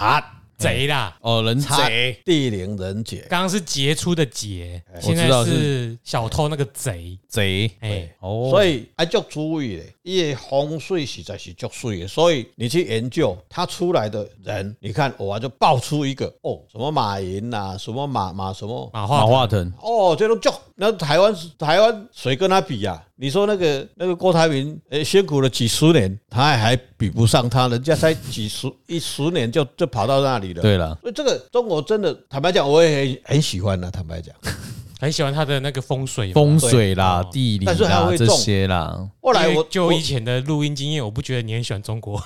S1: 贼啦，
S2: 哦，人
S3: 差
S2: 才，
S3: 地灵人杰。
S1: 刚刚是杰出的杰，
S2: 我
S1: 现在
S2: 知道
S1: 是小偷那个贼。
S2: 贼，
S1: 哎，
S2: 哦，
S3: 所
S2: 以
S3: 以还足注意的，伊的风水实在是足水的，所以你去研究它出来的人，你看我就爆出一个哦，什么马云呐、什么马马什么，
S1: 马
S2: 马
S1: 化
S2: 化腾，
S3: 哦，这种足，那台湾台湾谁跟他比呀、啊？你说那个那个郭台铭，呃，辛苦了几十年，他还比不上他，人家才几十一十年就就跑到那里了。，
S2: 对了，
S3: 所以这个中国真的，坦白讲，我也很很喜欢的、坦白讲，
S1: 很喜欢他的那个风水嘛。
S2: 风水啦、
S1: 对
S2: 地理
S3: 但是还
S2: 啦
S3: 会
S2: 这
S3: 中
S2: 些啦，
S3: 后来
S1: 因为
S3: 我
S1: 就
S3: 我
S1: 以前的录音经验，我不觉得你很喜欢中国。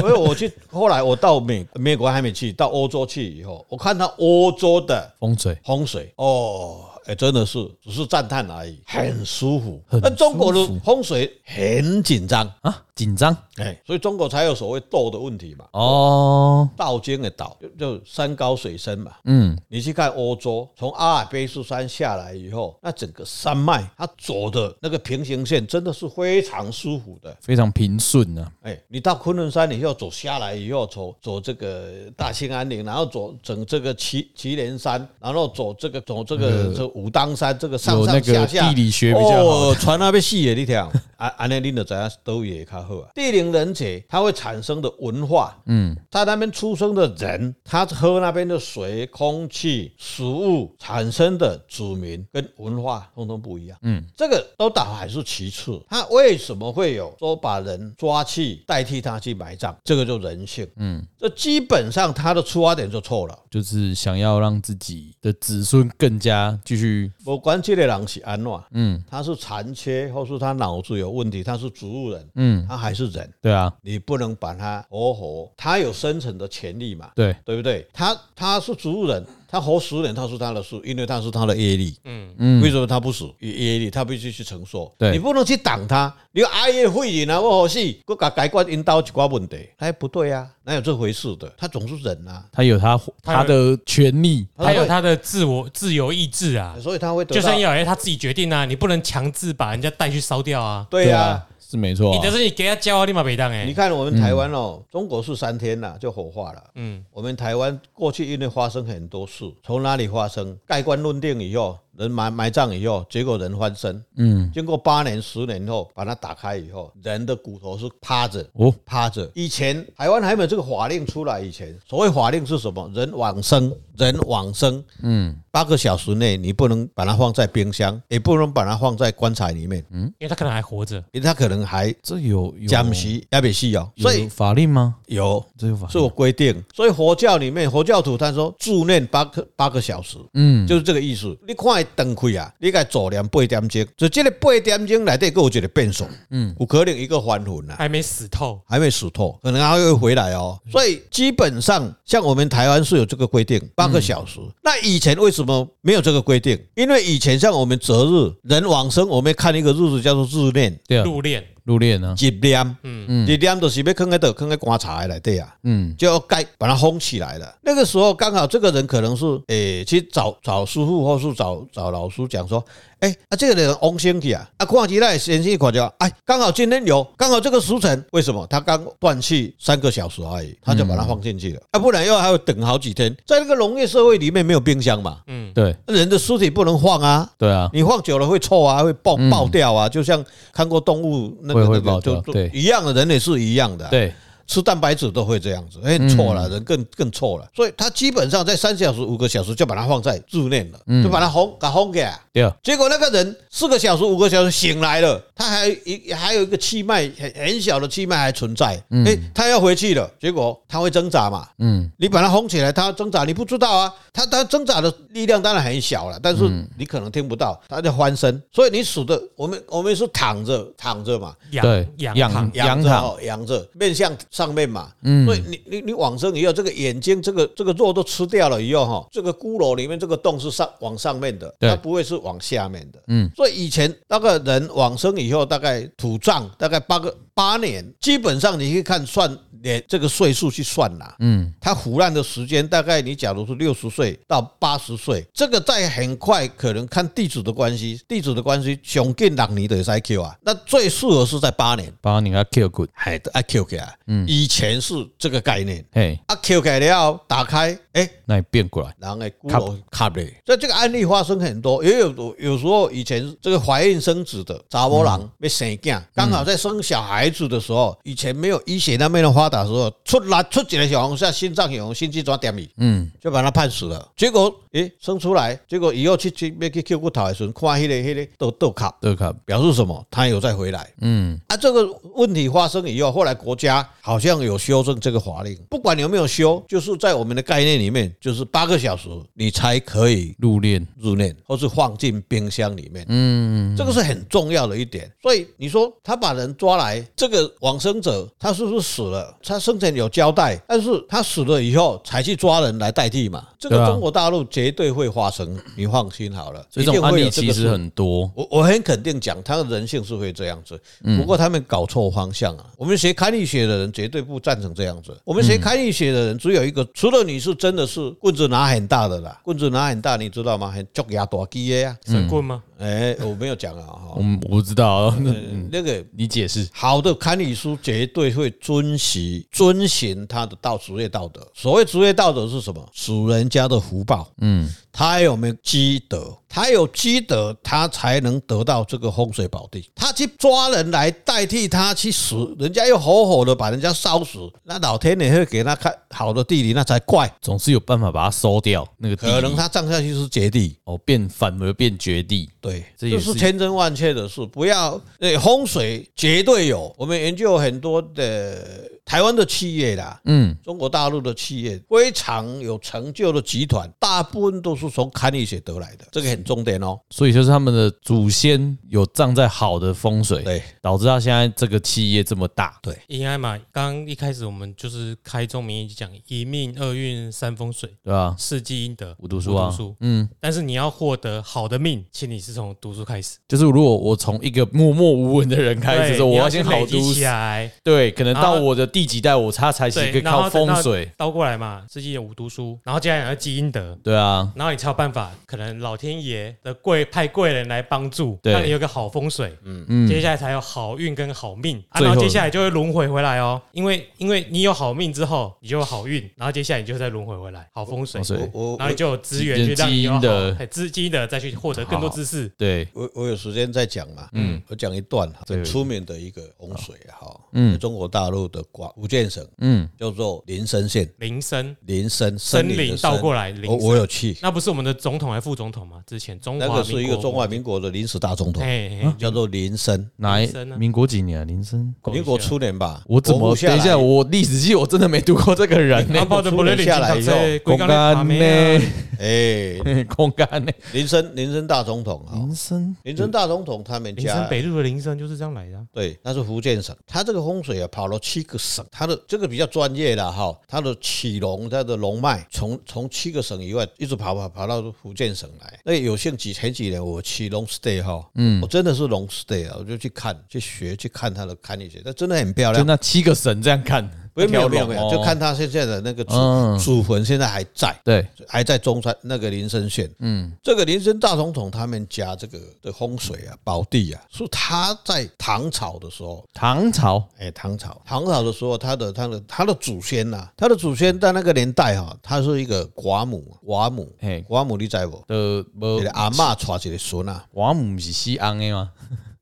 S3: 所以我去，后来我到美美国还没去，到欧洲去以后，我看到欧洲的
S2: 风水
S3: 风水哦，哎、真的是只是赞叹而已，很舒服。
S2: 很
S3: 那中国
S2: 舒
S3: 的
S2: 服
S3: 风水很紧张，
S2: 啊，紧张
S3: 哎、所以中国才有所谓斗的问题嘛。
S2: 哦，
S3: 道经的道就就山高水深嘛，
S2: 嗯，
S3: 你去看欧洲，从阿尔卑斯山下来以后，那整个山脉它走的那个平行线真的是非常舒服的。
S2: 非常平顺啊，
S3: 哎，你到昆仑山以后走下来以后，走走这个大兴安岭，然后走整这个祁祁连山，然后走这个走这个这武当山，这个上
S2: 呃有那
S3: 上
S2: 个
S3: 下下
S2: 地理学比较好
S3: 哦，船那边细的你听，啊，安尼恁就知影都也较好啊。地灵人杰，它会产生的文化，嗯，在那边出生的人，他喝那边的水、空气、食物产生的子民跟文化，通通不一样。这个都倒还是其次，他为什么会有说把人抓去代替他去埋葬？这个就人性，嗯，这基本上他的出发点就错了。
S2: 就是想要让自己的子孙更加继续
S3: 我管这个人是安怎，嗯，他是残缺，或是他脑子有问题，他是植物人，嗯，他还是人，
S2: 对啊，
S3: 你不能把他活活，他有生存的权利嘛，
S2: 对，
S3: 对不对？他他是植物人，他活十年，他是他的事，因为他是他的业力。
S1: 嗯
S3: 嗯，为什么他不死？业业力他必须去承受。
S2: 对
S3: 你不能去挡他。你说哎呀，废人啊，我好死，我甲解决引导一寡问题，哎，不对啊，哪有这回事的？他总是人啊，
S2: 他有他
S1: 他
S2: 他
S1: 有
S2: 的权利，
S1: 他有他的自我自由意志啊，
S3: 所以他会得
S1: 就
S3: 到
S1: 算。要哎他自己决定啊，你不能强制把人家带去烧掉啊。
S3: 对啊，，
S2: 是没错
S1: 你
S2: 啊，
S1: 但是你给他教啊，立马北当哎
S3: 你。看我们台湾哦，中国是三天呐就火化了。
S1: 嗯，
S3: 我们台湾过去因为发生很多事，从哪里发生？盖棺论定以后，人埋埋葬以后，结果人翻身。嗯，经过八年、十年后，把它打开以后，人的骨头是趴着。
S2: 哦，
S3: 趴着。以前台湾还没有这个法令出来以前，所谓法令是什么？人往生，人往生，嗯，八个小时内你不能把它放在冰箱，也不能把它放在棺材里面，
S1: 因为他可能还活着，
S3: 因为它可能还
S2: 这有有
S3: 暂时也未死哦，
S2: 有
S3: 所以
S2: 法令吗？
S3: 有。
S2: 这有法
S3: 是有
S2: 令，
S3: 规定，所以佛教里面佛教徒他说助念八个八个小时，
S2: 嗯，
S3: 就是这个意思。你看伊灯开啊，你该做念八点钟，就这个八点钟内底，佫有一个变数，嗯，有可能一个还魂啊。
S1: 还没死透。
S3: 还没死透，可能还会回来哦。所以基本上，像我们台湾是有这个规定，八个小时。那以前为什么没有这个规定？因为以前像我们择日人往生，我们看一个日子叫做日念。
S2: 对啊，
S1: 入殓
S2: 入殓呢，
S3: 日念，
S1: 嗯
S3: 嗯，日念就是要放在倒，放在棺材内底啊，
S2: 嗯，
S3: 就要盖把它封起来了。那个时候刚好这个人可能是诶、去找找师傅或是找找老师讲说，诶、啊这个人往生去啊，啊看起来先生看着，哎刚好今天有，刚好这个时辰，为什么他刚断气三个小时而已，他就把它放进去了，
S2: 嗯
S3: 啊不然又还要等好几天。在那个农业社会里面没有冰箱嘛，
S1: 嗯，
S2: 对
S3: 人的尸体不能放啊，
S2: 对啊，
S3: 你放久了会臭啊，会爆爆掉啊，就像看过动物那
S2: 嗯
S3: 个
S2: 会会
S3: 那个
S2: 爆掉
S3: 就就
S2: 对
S3: 一样的，人也是一样的啊、
S2: 对，
S3: 吃蛋白质都会这样子，哎、错了，人更更错了，所以他基本上在三小时、五个小时就把它放在入内了，就把它轰给轰给啊。
S2: 对啊，
S3: 结果那个人四个小时、五个小时醒来了，他还有一还有一个气脉很很小的气脉还存在，哎、他要回去了，结果他会挣扎嘛，
S2: 嗯，
S3: 你把它轰起来，它挣扎，你不知道啊。它它挣扎的力量当然很小了，但是你可能听不到，它在翻身。所以你死的，我们我们是躺着躺着嘛，
S2: 对
S1: 养养
S2: 养
S1: 胖
S2: 嗯
S3: 仰着
S2: 仰躺
S3: 哦，仰着，面向上面嘛。所以你你你往生以后，这个眼睛这个这个肉都吃掉了以后哈，这个骷髅里面这个洞是上往上面的，
S2: 对
S3: 它不会是往下面的。
S2: 嗯，
S3: 所以以前那个人往生以后，大概土葬大概八个八年，基本上你可以看算连这个岁数去算啦。
S2: 嗯，
S3: 他腐烂的时间大概你假如是六十岁到八十岁，这个在很快可能看地主的关系，地主的关系熊近两年的也是 Q 啊，那最适合是在八年。
S2: 把你给他 kill good，
S3: 还爱 Q 哎啊起来，以前是这个概念，
S2: 嘿，
S3: 啊 Q 起来了后打开，哎，
S2: 那你变过来，
S3: 人的骨头卡嘞，所以这个案例发生很多，也有有时候以前这个怀孕生子的查某人要生囝，刚好在生小孩孩子的时候，以前没有医学那么的发达的时候，出来出几个小红虾，心脏有红，心肌转点米，
S4: 嗯，
S3: 就把他判死了。结果，诶，生出来，结果以后去去要去救骨头的时候，看迄、那个迄、那个都都卡，
S2: 德卡
S3: 表示什么？他有再回来。嗯，啊，这个问题发生以后，后来国家好像有修正这个法令，不管有没有修，就是在我们的概念里面，就是八个小时你才可以
S2: 入殓，
S3: 入殓，或是放进冰箱里面。
S4: 嗯，
S3: 这个是很重要的一点。所以你说他把人抓来，这个往生者他是不是死了？他生前有交代，但是他死了以后才去抓人来代替嘛？这个
S2: 对啊
S3: 中国大陆绝对会发生，你放心好了。
S2: 所以这种
S3: 一定
S2: 案
S3: 会
S2: 例
S3: 有这个
S2: 其
S3: 事
S2: 实很多。
S3: 我我很肯定讲，他的人性是会这样子，不过他们搞错方向啊。我们学堪舆学的人绝对不赞成这样子。我们学堪舆学的人只有一个，除了你是真的是棍子拿很大的啦，棍子拿很大，你知道吗？很脚牙大鸡的呀、
S1: 神棍吗？
S3: 哎，我没有讲啊，哈
S2: 我，们我不知道啊，
S3: 呃那个
S2: [LAUGHS] 你解释
S3: 好的堪舆书绝对会遵循遵循他的道职业道德。所谓职业道德是什么？属人家的福报，
S4: 嗯，
S3: 他有没有积德？他有积德，他才能得到这个风水宝地。他去抓人来代替他去死，人家又活活的把人家烧死，那老天也会给他看好的地理，那才怪。
S2: 总是有办法把它收掉那个地
S3: 可能
S2: 理
S3: 他葬下去是绝地，
S2: 哦变反而变绝地，
S3: 对，
S2: 这
S3: 这
S2: 也
S3: 就是是千真万确的事。不要，呃，风水绝对有。我们研究很多的台湾的企业啦，
S4: 嗯，
S3: 中国大陆的企业非常有成就的集团，大部分都是从堪舆学得来的，这个很重点哦。
S2: 所以就是他们的祖先有葬在好的风水，
S3: 对
S2: 导致他现在这个企业这么大。
S3: 对，
S1: 应该嘛，刚刚一开始我们就是开宗明义就讲一命二运三风水，
S2: 对吧？
S1: 四积阴德，
S2: 我读书啊
S1: 我读书。
S4: 嗯，
S1: 但是你要获得好的命，请你是从读书开始。
S2: 就是如果我从一个默默无闻的人开始
S1: 对
S2: 说，我
S1: 你
S2: 要
S1: 要
S2: 先好
S1: 累积
S2: 都
S1: 起来，
S2: 对，可能
S1: 然
S2: 到
S1: 后
S2: 我的第几代，我他才是一个
S1: 对，然后
S2: 靠风
S1: 等到
S2: 水，
S1: 倒过来嘛，自己有读书，然后接下来要积阴德。
S2: 对啊，
S1: 然后你才有办法，可能老天爷的贵派贵人来帮助，
S2: 对
S1: 让你有个好风水，
S4: 嗯
S1: 嗯，接下来才有好运跟好命，啊、
S2: 最
S1: 然
S2: 后
S1: 后接下来就会轮回回来哦，因为因为你有好命之后，你就有好运，然后接下来你就再轮回回来，好风水，
S2: 风水对
S3: 我我
S1: 然后你就有资源
S2: 基
S1: 去让你有好
S2: 基因的
S1: 嘿资金的再去获得更多知识，
S2: 对，
S3: 我我有时间再讲嘛，嗯，我讲一段哈
S2: 对
S3: 很出名的一个洪水哈，
S4: 嗯
S3: 嗯，中国大陆的广福建省
S4: 嗯，
S3: 叫做林森县，
S1: 林森
S3: 林森
S1: 森
S3: 林
S1: 林
S3: 的
S1: 倒
S3: 森
S1: 过来林
S3: 我
S1: 森，
S3: 我有去，
S1: 那不是我们的总统还是副总统吗？之前中华
S3: 那个是一
S1: 民
S3: 个
S1: 国哎
S3: 中华民国的临时大总统，
S1: 嘿嘿
S3: 叫做林森，
S2: 哪一
S1: 林森啊
S2: 民国几年啊？林森，
S1: 搞一
S3: 民国初年吧，
S2: 我怎
S3: 国
S2: 么
S3: 父下
S2: 等一
S3: 来
S2: 下？我历史系我真的没读过这个人 [LAUGHS] 呢
S1: 啊，抱着
S3: 初
S1: 不能
S3: 年下来以后
S1: 龟缸的旁边啊，
S3: 哎，
S2: [LAUGHS] 空干呢？
S3: 林森林森大总统啊，
S2: 林森，
S3: 林森大总统他们
S1: 林
S3: 家
S1: 森北路的林森就是这样来的啊。
S3: 对，那是福建省，它这个风水啊，跑了七个省，它的这个比较专业了哈，它的起龙，它的龙脉从从七个省以外一直跑跑跑到福建省来。那有幸几前几年我去龙 stay 哈，嗯，我真的是龙 stay 啊，我就去看去学去看它的看一些，那真的很漂
S2: 就
S3: 亮。
S2: 那七个神这样看，
S3: 没有没
S2: 一条
S3: 有
S2: 龙
S3: 没有没有，就
S2: 哦
S3: 看它现在的那个祖、
S4: 嗯
S3: 祖坟现在还在。
S4: 对，
S3: 还在中山那个林森县，嗯，这个林森大总统他们家这个的风水啊，宝地啊，是他在唐朝的时候，
S2: 唐朝，
S3: 哎，唐朝，唐朝的时候，他的他的他的祖先呐、他的祖先在那个年代哈、他是一个寡母，寡母，
S2: 嘿哦
S3: 寡母你知不？
S2: 的无
S3: 一个阿嬷娶一个孙啊，
S2: 王母是西安的吗？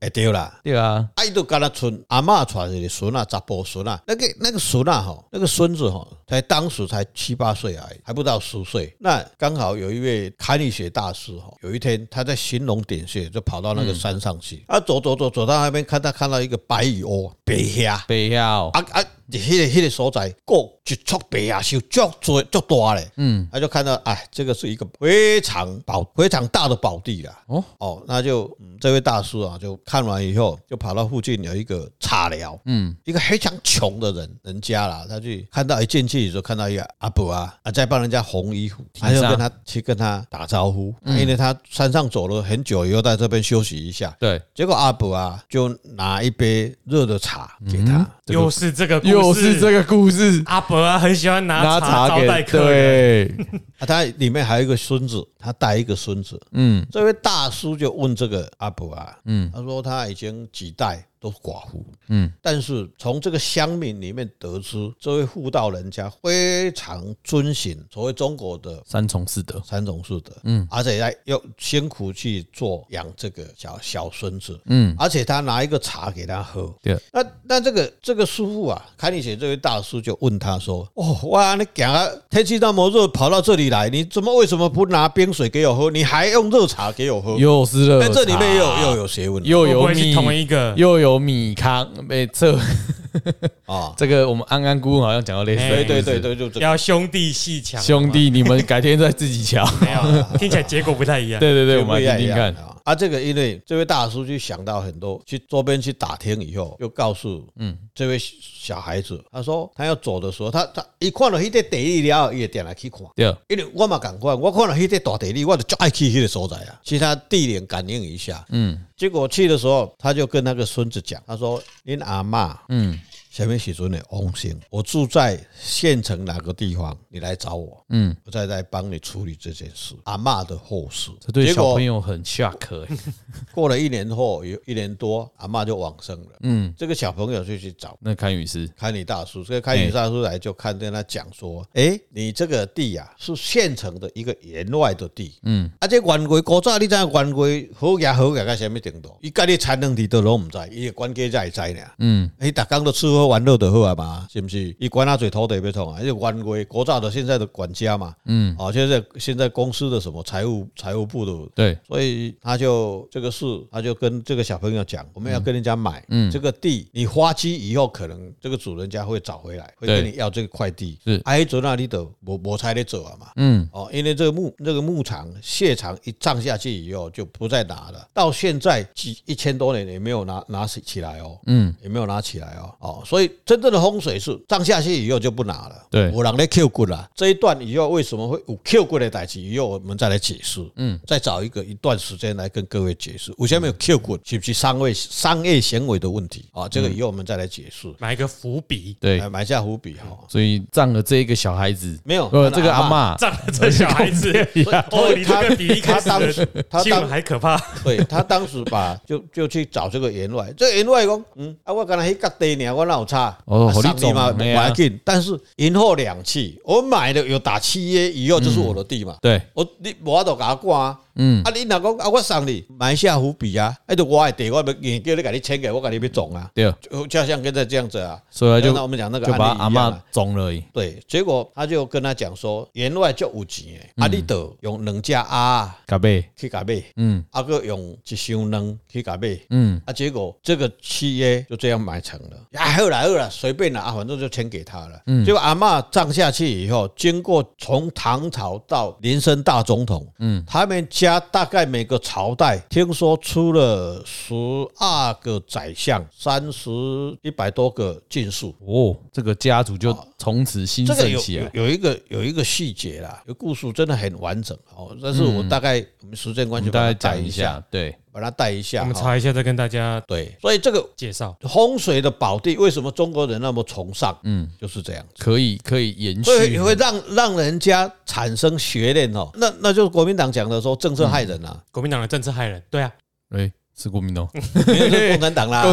S3: 哎对啦，
S2: 对啊，
S3: 啊伊都干那孙阿嬷娶一个孙啊，查甫孙啊，那个那个孙啊哈，那个孙子哈，才当时才七八岁而已，还不到十岁。那刚好有一位堪舆学大师哈，有一天他在寻龙点穴，就跑到那个山上去，啊走走走走到那边，看他看到一个白蚁窝，白虾。
S2: 北亚
S3: 啊啊，伫迄个迄个所在，个一撮白啊，是足多足大嘞。嗯，他就看到，哎，这个是一个非常宝非常大的宝地啦。
S4: 哦
S3: 哦哦，那就、嗯这位大师啊，就看完以后，就跑到附近有一个茶寮，嗯，一个非常穷的人人家啦，他去看到一进去就看到一个阿伯啊，啊在帮人家红衣服，
S2: 挺
S3: 他就
S2: 上
S3: 跟他去跟他打招呼，啊因为他山上走了很久以后，在这边休息一下。
S2: 对，
S3: 结果阿伯啊，就拿一杯热的茶给他，
S1: 又是这个故事，
S2: 又是这个故事，
S1: 阿伯啊，很喜欢拿
S2: 拿
S1: 茶
S2: 茶
S1: 招
S2: 给
S1: 待客人。
S2: 对，
S3: 啊，他里面还有一个孙子，他带一个孙子。
S4: 嗯
S3: 这位大叔就问这个阿伯啊，
S4: 嗯
S3: 他说他已经几代都是寡妇。
S2: 嗯，
S3: 但是从这个乡民里面得知，这位妇道人家非常遵循所谓中国的
S2: 三从四德，
S3: 三种四德，
S2: 嗯，
S3: 而且还要辛苦去做养这个小小孙子，
S2: 嗯，
S3: 而且他拿一个茶给他喝。
S2: 对，
S3: 那那这个这个师傅啊，凯里写这位大师就问他说：“哦，哇，你讲啊，天气那么热，跑到这里来，你怎么为什么不拿冰水给我喝？你还用热茶给我喝？
S2: 又是热
S1: 哎
S3: 那
S2: 茶，
S3: 这里面又又有学问了
S2: 又
S1: 会不
S2: 有
S1: 会是
S2: 米，
S1: 同一个？
S2: 又有米糠，没这
S3: 啊！
S2: 这个我们安安姑姑好像讲到类似的
S3: 对
S1: 哎
S2: 故
S3: 对
S2: 事，
S3: 对对，就这个
S1: 要兄弟戏强，
S2: 兄弟，你们改天再自
S1: [LAUGHS]
S2: 己瞧。
S1: 没有，听起来结果不太一样。
S2: 对 [LAUGHS] 对对，我
S3: 就不
S2: 们
S3: 一
S2: 来
S3: 样
S2: 听听看。
S3: 啊。啊，这个因为这位大叔去想到很多，去周边去打听以后，又告诉嗯这位小孩子，他说他要走的时候，他他一看到迄个地理了，他也点来去看。
S2: 对，
S3: 因为我嘛赶快，我看到迄个大地理，我就就爱去迄个所在啊，去他地点感应一下。
S2: 嗯
S3: 结果去的时候，他就跟那个孙子讲，他说：“恁阿嬷
S2: 嗯
S3: 什么时阵的翁姓？我住在县城哪个地方？你来找我，
S2: 嗯，
S3: 我再来帮你处理这件事。阿嬷的后事。”
S2: 这对
S3: 结
S2: 小
S3: 果
S2: 朋友很 shock 欸。
S3: 过了一年后，有一年多，阿嬷就往生了。
S2: 嗯，
S3: 这个小朋友就去找
S2: 那堪舆师，
S3: 开理大叔，这个开
S2: 哎
S3: 理大叔来就看跟他讲说：“哎、你这个地啊，是县城的一个员外的地。
S2: 嗯，
S3: 啊，这官规古早你知影官规好也好也到什么程度？伊家己产能地都拢唔知，伊的官家才会知呢。
S2: 嗯
S3: 伊逐工都吃喝玩乐就好啊嘛，是不是？伊管啊侪土地要创啊，伊官规古早的现在的管家嘛，
S2: 嗯，
S3: 哦，现在现在公司的什么财务财务部的
S2: 对，
S3: 所以他就这个事，他就跟这个小朋友讲，我们要跟人家买，嗯，这个地你花期以后，可能这个主人家会找回来，会
S2: 对
S3: 跟你要这块地。
S2: 是
S3: 埃泽哎那里的我我才得走啊嘛。
S2: 嗯
S3: 哦，因为这个牧这个牧场蟹场一涨下去以后就不再拿了，到现在几一千多年也没有拿拿起起来哦，
S2: 嗯，
S3: 也没有拿起来哦，哦，所以真正的风水是涨下去以后就不拿了，
S2: 对
S3: 我让你 Q 骨了。这一段以后为什么会有 Q 骨的代志，以后我们再来解释，嗯，再找一个一段时间来跟各位解释，为什么有 Q 骨，是不是商业商业行为的问题啊、哦？这个以后我们再来解释，
S1: 埋个伏笔，
S2: 嗯对
S3: 来，埋下伏笔哈、哦。
S2: 所以葬了这一个小孩子，
S3: 没有
S2: 呃，
S3: 他的
S2: 这个阿
S3: 阿嬷
S2: 妈，
S1: 仗着这小孩 [LAUGHS] 子，哦，你这个比一开
S3: 他
S1: 始
S3: 当时
S1: 的
S3: 他
S1: 新
S3: 当
S1: 闻还可怕。
S3: 对他当时
S2: [LAUGHS]
S3: 吧，就就去找这个员外，这个员外讲，嗯，啊，我刚才迄角地尔，我哪有差？
S2: 哦
S3: 啊
S2: 给你
S3: 送你嘛，
S2: 种
S3: 不
S2: 哎呀
S3: 要紧。但是赢后两期，我买的有打契约以后，就是我的地嘛。
S2: 对，
S3: 我你无法度甲我挂啊，
S2: 嗯
S3: 啊你若讲啊我送你埋下伏笔啊，迄就我的地，我要硬叫你甲你签给我，甲你要种啊，
S2: 对，
S3: 就就像现在这样子啊，
S2: 所以他就
S3: 那我们讲那个
S2: 就把
S3: 案例
S2: 阿
S3: 一样
S2: 妈
S3: 啊
S2: 中了而已。
S3: 对，结果他就跟他讲说，员外就有钱的，啊
S2: 嗯
S3: 你得用两只鸭
S2: 嘎贝，
S3: 去甲买，
S2: 嗯
S3: 啊个用一箱卵去甲买。
S2: 嗯，
S3: 啊，结果这个契约就这样买成了。啊，后来后来随便了啊，反正就签给他了。嗯，结果阿嬷葬下去以后，经过从唐朝到林森大总统，嗯，他们家大概每个朝代听说出了十二个宰相，三十一百多个进士。
S2: 哦，这个家族就从此兴
S3: 哦这个
S2: 盛
S3: 有
S2: 起
S3: 有
S2: 来。
S3: 有一个有一个细节啦，有故事真的很完整哦。但是我大概我们时
S2: 嗯
S3: 间
S2: 我
S3: 关系，
S2: 们大概
S3: 把它带
S2: 讲一下，，对，
S3: 把它带一下。
S1: 我们
S3: 哦
S1: 查一下，再跟大家
S3: 对，所以这个
S1: 介绍。
S3: 风水的宝地，为什么中国人那么崇尚？嗯，就是这样。
S2: 可以可以延
S3: 所以
S2: 续
S3: 也。会让让人家产生学念哦，那那就是国民党讲的说政策害人啊，
S1: 国民党的政治害人，对啊，
S2: 哎，是国民党，
S3: 没有嗯 [LAUGHS] 就是共产党啦，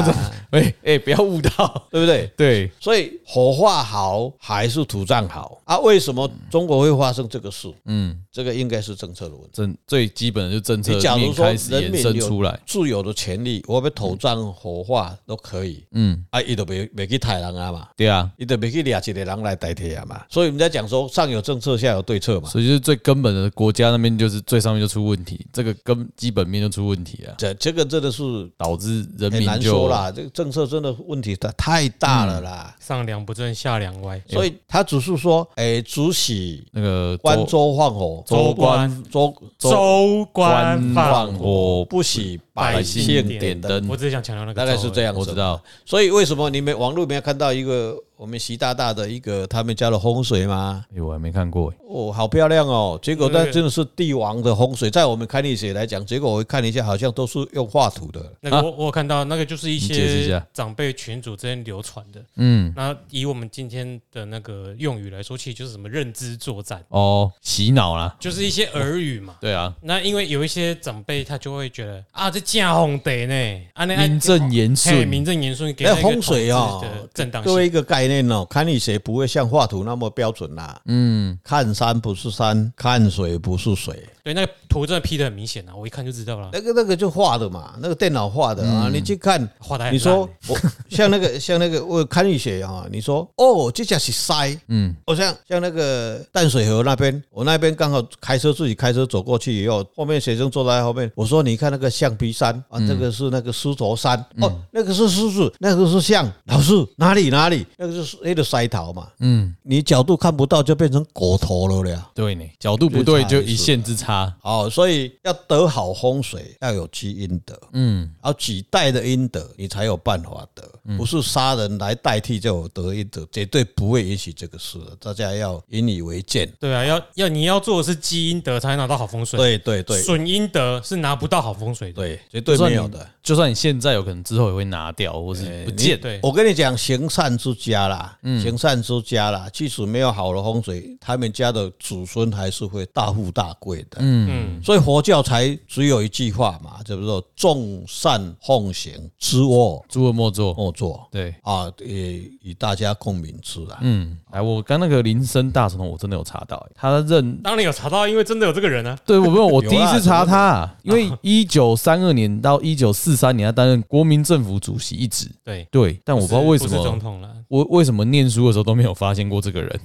S2: 哎哎，不要误导。 [LAUGHS]
S3: 对不对？
S2: 对，
S3: 所以火化好还是土葬好啊？为什么中国会发生这个事？
S2: 嗯，
S3: 这个应该是政策的问题。
S2: 政最基本的就政策
S3: 你假如
S2: 面
S3: 说
S2: 开始
S3: 人
S2: 延
S3: 民
S2: 伸
S3: 有
S2: 出来。
S3: 自由的权利，我要土葬、火化都可以
S2: 嗯，
S3: 啊，伊都袂袂去杀人啊嘛，
S2: 对啊，
S3: 伊都袂去掠一个人来代替啊嘛。所以人家讲说上有政策，下有对策嘛。
S2: 所以就是最根本的国家那边就是最上面就出问题，这个根基本面就出问题啊，
S3: 这这个真的是
S2: 导致人
S3: 很
S2: 民
S3: 哎难
S2: 就
S3: 说啦，这个政策真的问题太太大了啦。
S1: 上梁不正下梁歪，
S3: 所以他只是说，哎，主喜
S2: 那个
S3: 观州放火，
S2: 州官
S3: 州
S1: 州官放
S2: 放
S1: 火。
S2: 火，
S3: 不喜
S1: 百
S3: 百
S1: 姓
S3: 姓
S1: 点
S3: 点
S2: 灯
S3: 灯，
S1: 我只是想强调那个，
S3: 大概是这
S1: 样。
S3: 样
S2: 我
S3: 子
S2: 知。道，
S3: 所以为什么你们网络没有看到一个我们习大大的一个他们家的风水嘛，
S2: 哎，我还没看过哎，
S3: 哦，好漂亮哦！结果
S1: 对对
S3: 那
S1: 对
S3: 真的是帝王的风水，在我们看历史来讲，结果我看了一下，好像都是用画图的。
S1: 那个我我有看到那个就是一
S2: 你解释一
S1: 些
S2: 下
S1: 长辈群组之间流传的。
S2: 嗯，
S1: 那以我们今天的那个用语来说，其实就是什么认知作战，
S2: 哦，洗脑啦，
S1: 就是一些耳语嘛。
S2: 对啊，
S1: 那因为有一些长辈他就会觉得啊，这假红得呢，啊那
S2: 名正言
S1: 嘿
S2: 顺，
S1: 名正言顺给
S3: 哎
S1: 那个
S3: 风水哦
S1: 统治的正当
S3: 各位
S1: 性。
S3: 一个概念哦，看历史不会像画图那么标准啦、
S2: 嗯，
S3: 看山不是山，看水不是水，
S1: 对，那个图真的 P 的很明显啊，我一看就知道了，
S3: 那个那个就画的嘛，那个电脑画的啊，你去看。
S1: 画的
S3: 你说我 [LAUGHS] 像那个像那个我看历史啊，你说哦，这家是塞，
S2: 嗯，
S3: 我像像那个淡水河那边，我那边刚好开车自己开车走过去以后，后面学生坐在后面，我说你看那个象鼻山
S2: 嗯
S3: 啊，这个是那个狮头山、哦，那个是狮子，那个是象，老师哪里哪里，那个是那个塞桃嘛，
S2: 嗯，
S3: 你角度看不到就变成狗头了了。
S2: 对呢，角度不对
S3: 就
S2: 就
S3: 是差
S2: 一线之差，
S3: 哦，所以要得好风水，要有积阴德，
S2: 嗯，
S3: 要几代的阴德，你才有办法得，不是杀人来代替就有得阴德，绝对不会允许这个事的。大家要引以为戒。
S1: 对啊，要要你要做的是积阴德才能拿到好风水，
S3: 对对对
S1: 损阴德是拿不到好风水的。
S3: 对，绝对没有的。
S2: 就算你现在有可能之后也会拿掉，或是不见，
S1: 对，
S3: 我跟你讲，行善之家啦，行善之家啦，即使没有好的风水，他们家的子孙还是会大富大贵的。
S1: 嗯，
S3: 所以佛教才只有一句话嘛，就是说众善奉行，知恶
S2: 诸恶莫作，
S3: 莫作
S2: 对。
S3: 啊，也与大家共勉之啊。
S2: 嗯，哎，我刚那个林森大总统，我真的有查到、哎他认
S1: 当然有查到，因为真的有这个人啊。
S2: 对，我没
S1: [LAUGHS]
S2: 有，我
S3: 有
S2: 第一
S3: 啦
S2: 次查他、啊因为一九三二年到一九四三年，他担任国民政府主席一职。
S1: 对，
S2: 对，但我不知道为什
S3: 啊
S1: 不是总
S2: 么，
S1: 统了，
S2: 我为什么念书的时候都没有发现过这
S1: [LAUGHS]
S2: 个人，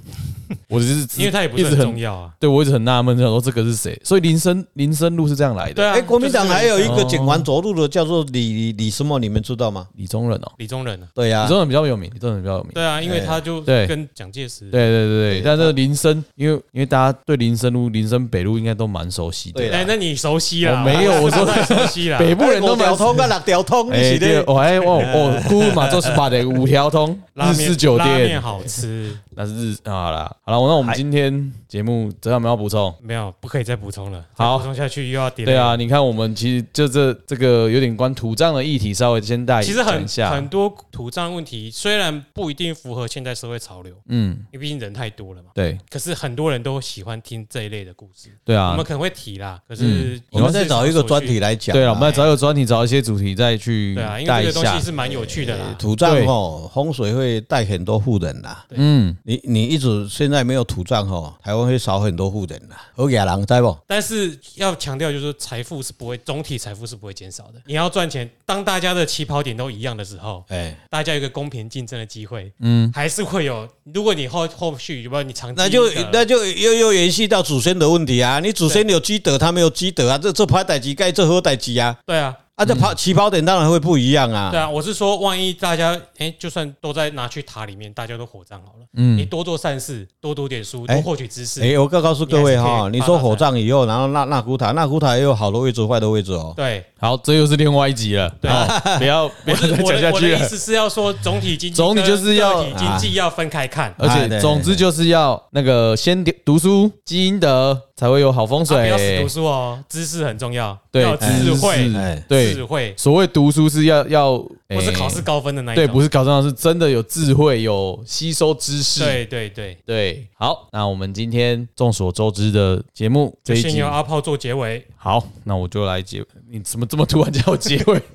S2: 我只是
S1: 因为他也不
S2: 一
S1: 是
S2: 直
S1: 很
S2: 很
S1: 重要啊。
S2: 对我一直很纳闷，想说这个是谁？所以林森林森路是这样来
S1: 对
S2: 的，
S1: 啊，
S3: 哎，国民党
S1: 就是
S3: 还有一个
S2: 哦
S3: 警环着陆的，叫做李李李什么，你们知道吗？
S2: 李宗仁哦，
S1: 李宗仁啊，
S3: 对呀
S2: 李，宗仁比较有名，李宗仁比较有名。
S1: 对啊，因为他就
S2: 哎对
S1: 跟蒋介石
S2: 对对对对，但是林森，因为因为大家对林森路、林森北路应该都蛮熟悉的
S3: 对，啦
S1: 哎，那你熟悉啦？
S2: 我没有我说
S1: 太熟悉啦。
S2: 北部人都
S3: 五
S1: 哎
S2: 蛮
S3: 条通啊，六条通，你
S2: 哎，
S3: 是
S2: 对，
S3: 咧
S2: 我还我
S1: [LAUGHS]
S2: 我姑嘛做 SPA 的五条通
S1: 拉
S2: 日
S1: 面
S2: 式酒
S1: 拉面
S2: 店，
S1: 好吃， [LAUGHS]
S2: 那是日啊好啦好了，那我们今天节目怎样？有没有要补充？
S1: 没有不可以再补充了，
S2: 好
S1: 再补充下去又要点。
S2: 对啊，，你看我们其实就这这个有点关土葬的议题，稍微先带
S1: 其实
S2: 讲
S1: 很
S2: 一下
S1: 很，多土葬问题，虽然不一定符合现代社会潮流，
S2: 嗯，
S1: 因为毕竟人太多了嘛。
S2: 对
S1: 可是很多人都喜欢听这一类的故事，
S2: 对
S1: 我
S2: 啊嗯
S1: 们，可能会提啦。可是
S3: 我们再找一个专题，来讲啊。
S2: 对了，我们要找一个专题，找一些主题再去
S1: 对啊，因
S2: 带
S1: 为这个
S2: 一
S1: 东
S2: 下哎
S1: 西，是蛮有趣的啦。
S3: 土葬
S2: 对
S3: 哦，风水会带很多富人呐。
S2: 嗯，
S3: 你你一直现在没有土葬哦，台湾会少很多富人呐。欧亚郎在不？
S1: 但是要强调，就是说财富是不会，总体财富是不会减少的。你要赚钱，当大家的起跑点都一样的时候，
S3: 哎，
S1: 大家有一个公平竞争的机会，
S2: 嗯
S1: 嗯，还是会有。如果你后后续有没有你长期
S3: 那就
S1: 一个
S3: 那就又又延续到祖先的问题啊。你祖先有积德，他没有积德啊，这这拍代机盖这喝代机啊，
S1: 对啊，
S3: 啊这跑起跑点当然会不一样
S1: 对
S3: 啊。
S1: 啊，我是说，万一大家哎、就算都在拿去塔里面，大家都火葬好了，嗯，你多做善事，多读点书，
S3: 哎
S1: 多获取知识，
S3: 哎，我告告诉各位哈，
S1: 你
S3: 你
S1: 还是可以
S3: 说火葬以后，然后纳纳古塔，纳古塔也有好的位置，坏的位置哦。
S1: 对。
S2: 好，这又是另外一集了，
S1: 对啊
S2: 好不要不
S1: [LAUGHS] 我
S2: 要 [LAUGHS] 再
S1: 的我的
S2: 讲下
S1: 我
S2: 去
S1: 的意
S2: 了，
S1: 思是要说，总体经济
S2: 总体
S1: 跟
S2: 就是要啊
S1: 个体经济要分开看，啊
S2: 而
S3: 哎对
S2: 且
S3: 对
S2: 总之就是要那个先读书，积阴德才会有好风
S1: 啊不要死
S2: 水
S1: 读。书哦，知识很重要，
S2: 对
S1: 要有智慧，
S2: 知识
S3: 哎，
S2: 对
S1: 智，慧
S2: 所谓读书是要要
S1: 不是
S2: 哎
S1: 考试高分的那一种，
S2: 对，不是考上是真的有智慧，有吸收知识。
S1: 对对对，
S2: 对好，那我们今天众所周知的节目这
S1: 就
S2: 一
S1: 先
S2: 集
S1: 由，阿炮做结尾，
S2: 好，那我就来结。你怎么这么突然叫我结尾？ [LAUGHS]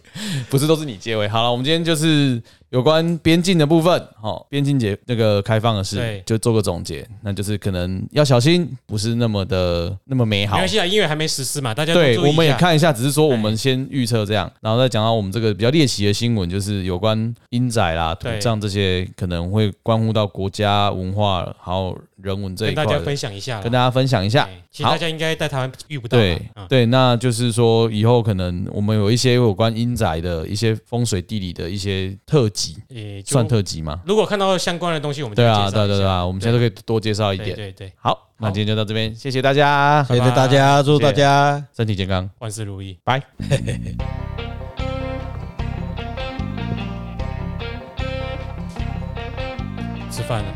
S2: 不是，都是你结尾。好了，我们今天就是有关边境的部分，好、边境解那个开放的事
S1: 对，
S2: 就做个总结。那就是可能要小心，不是那么的那么美
S1: 没
S2: 好
S1: 关。系啊，因为还没实施嘛，大家多
S2: 对，
S1: 注意一
S2: 我们也
S1: 下，
S2: 看一下，只是说我们先预测这样，然后再讲到我们这个比较猎奇的新闻，就是有关阴宅啦、土
S1: 对
S2: 葬这些，可能会关乎到国家文化还有人文这
S1: 跟
S2: 一块
S1: 大家
S2: 的，
S1: 分享一下啦，
S2: 跟大家分享一下
S1: 对。其实
S2: 好
S1: 大家应该在台湾遇不到嘛，
S2: 对
S1: 嗯
S2: 对，那就是说以后可能我们有一些有关阴宅的一些风水地理的一些特辑，
S1: 也就
S2: 算特辑吗？
S1: 如果看到相关的东西，我们就
S2: 对
S1: 会
S2: 啊，
S1: 介绍一下
S2: 对啊对啊对啊，我们现在都可以多介绍一
S1: 对
S2: 点。
S1: 对对，
S2: 好，那今天就到这边，谢谢大家，
S3: 谢谢
S1: 啊
S3: 大家，祝大家。
S2: 身体健康。
S1: 万事如意。 [LAUGHS]
S2: 从
S1: 饭了。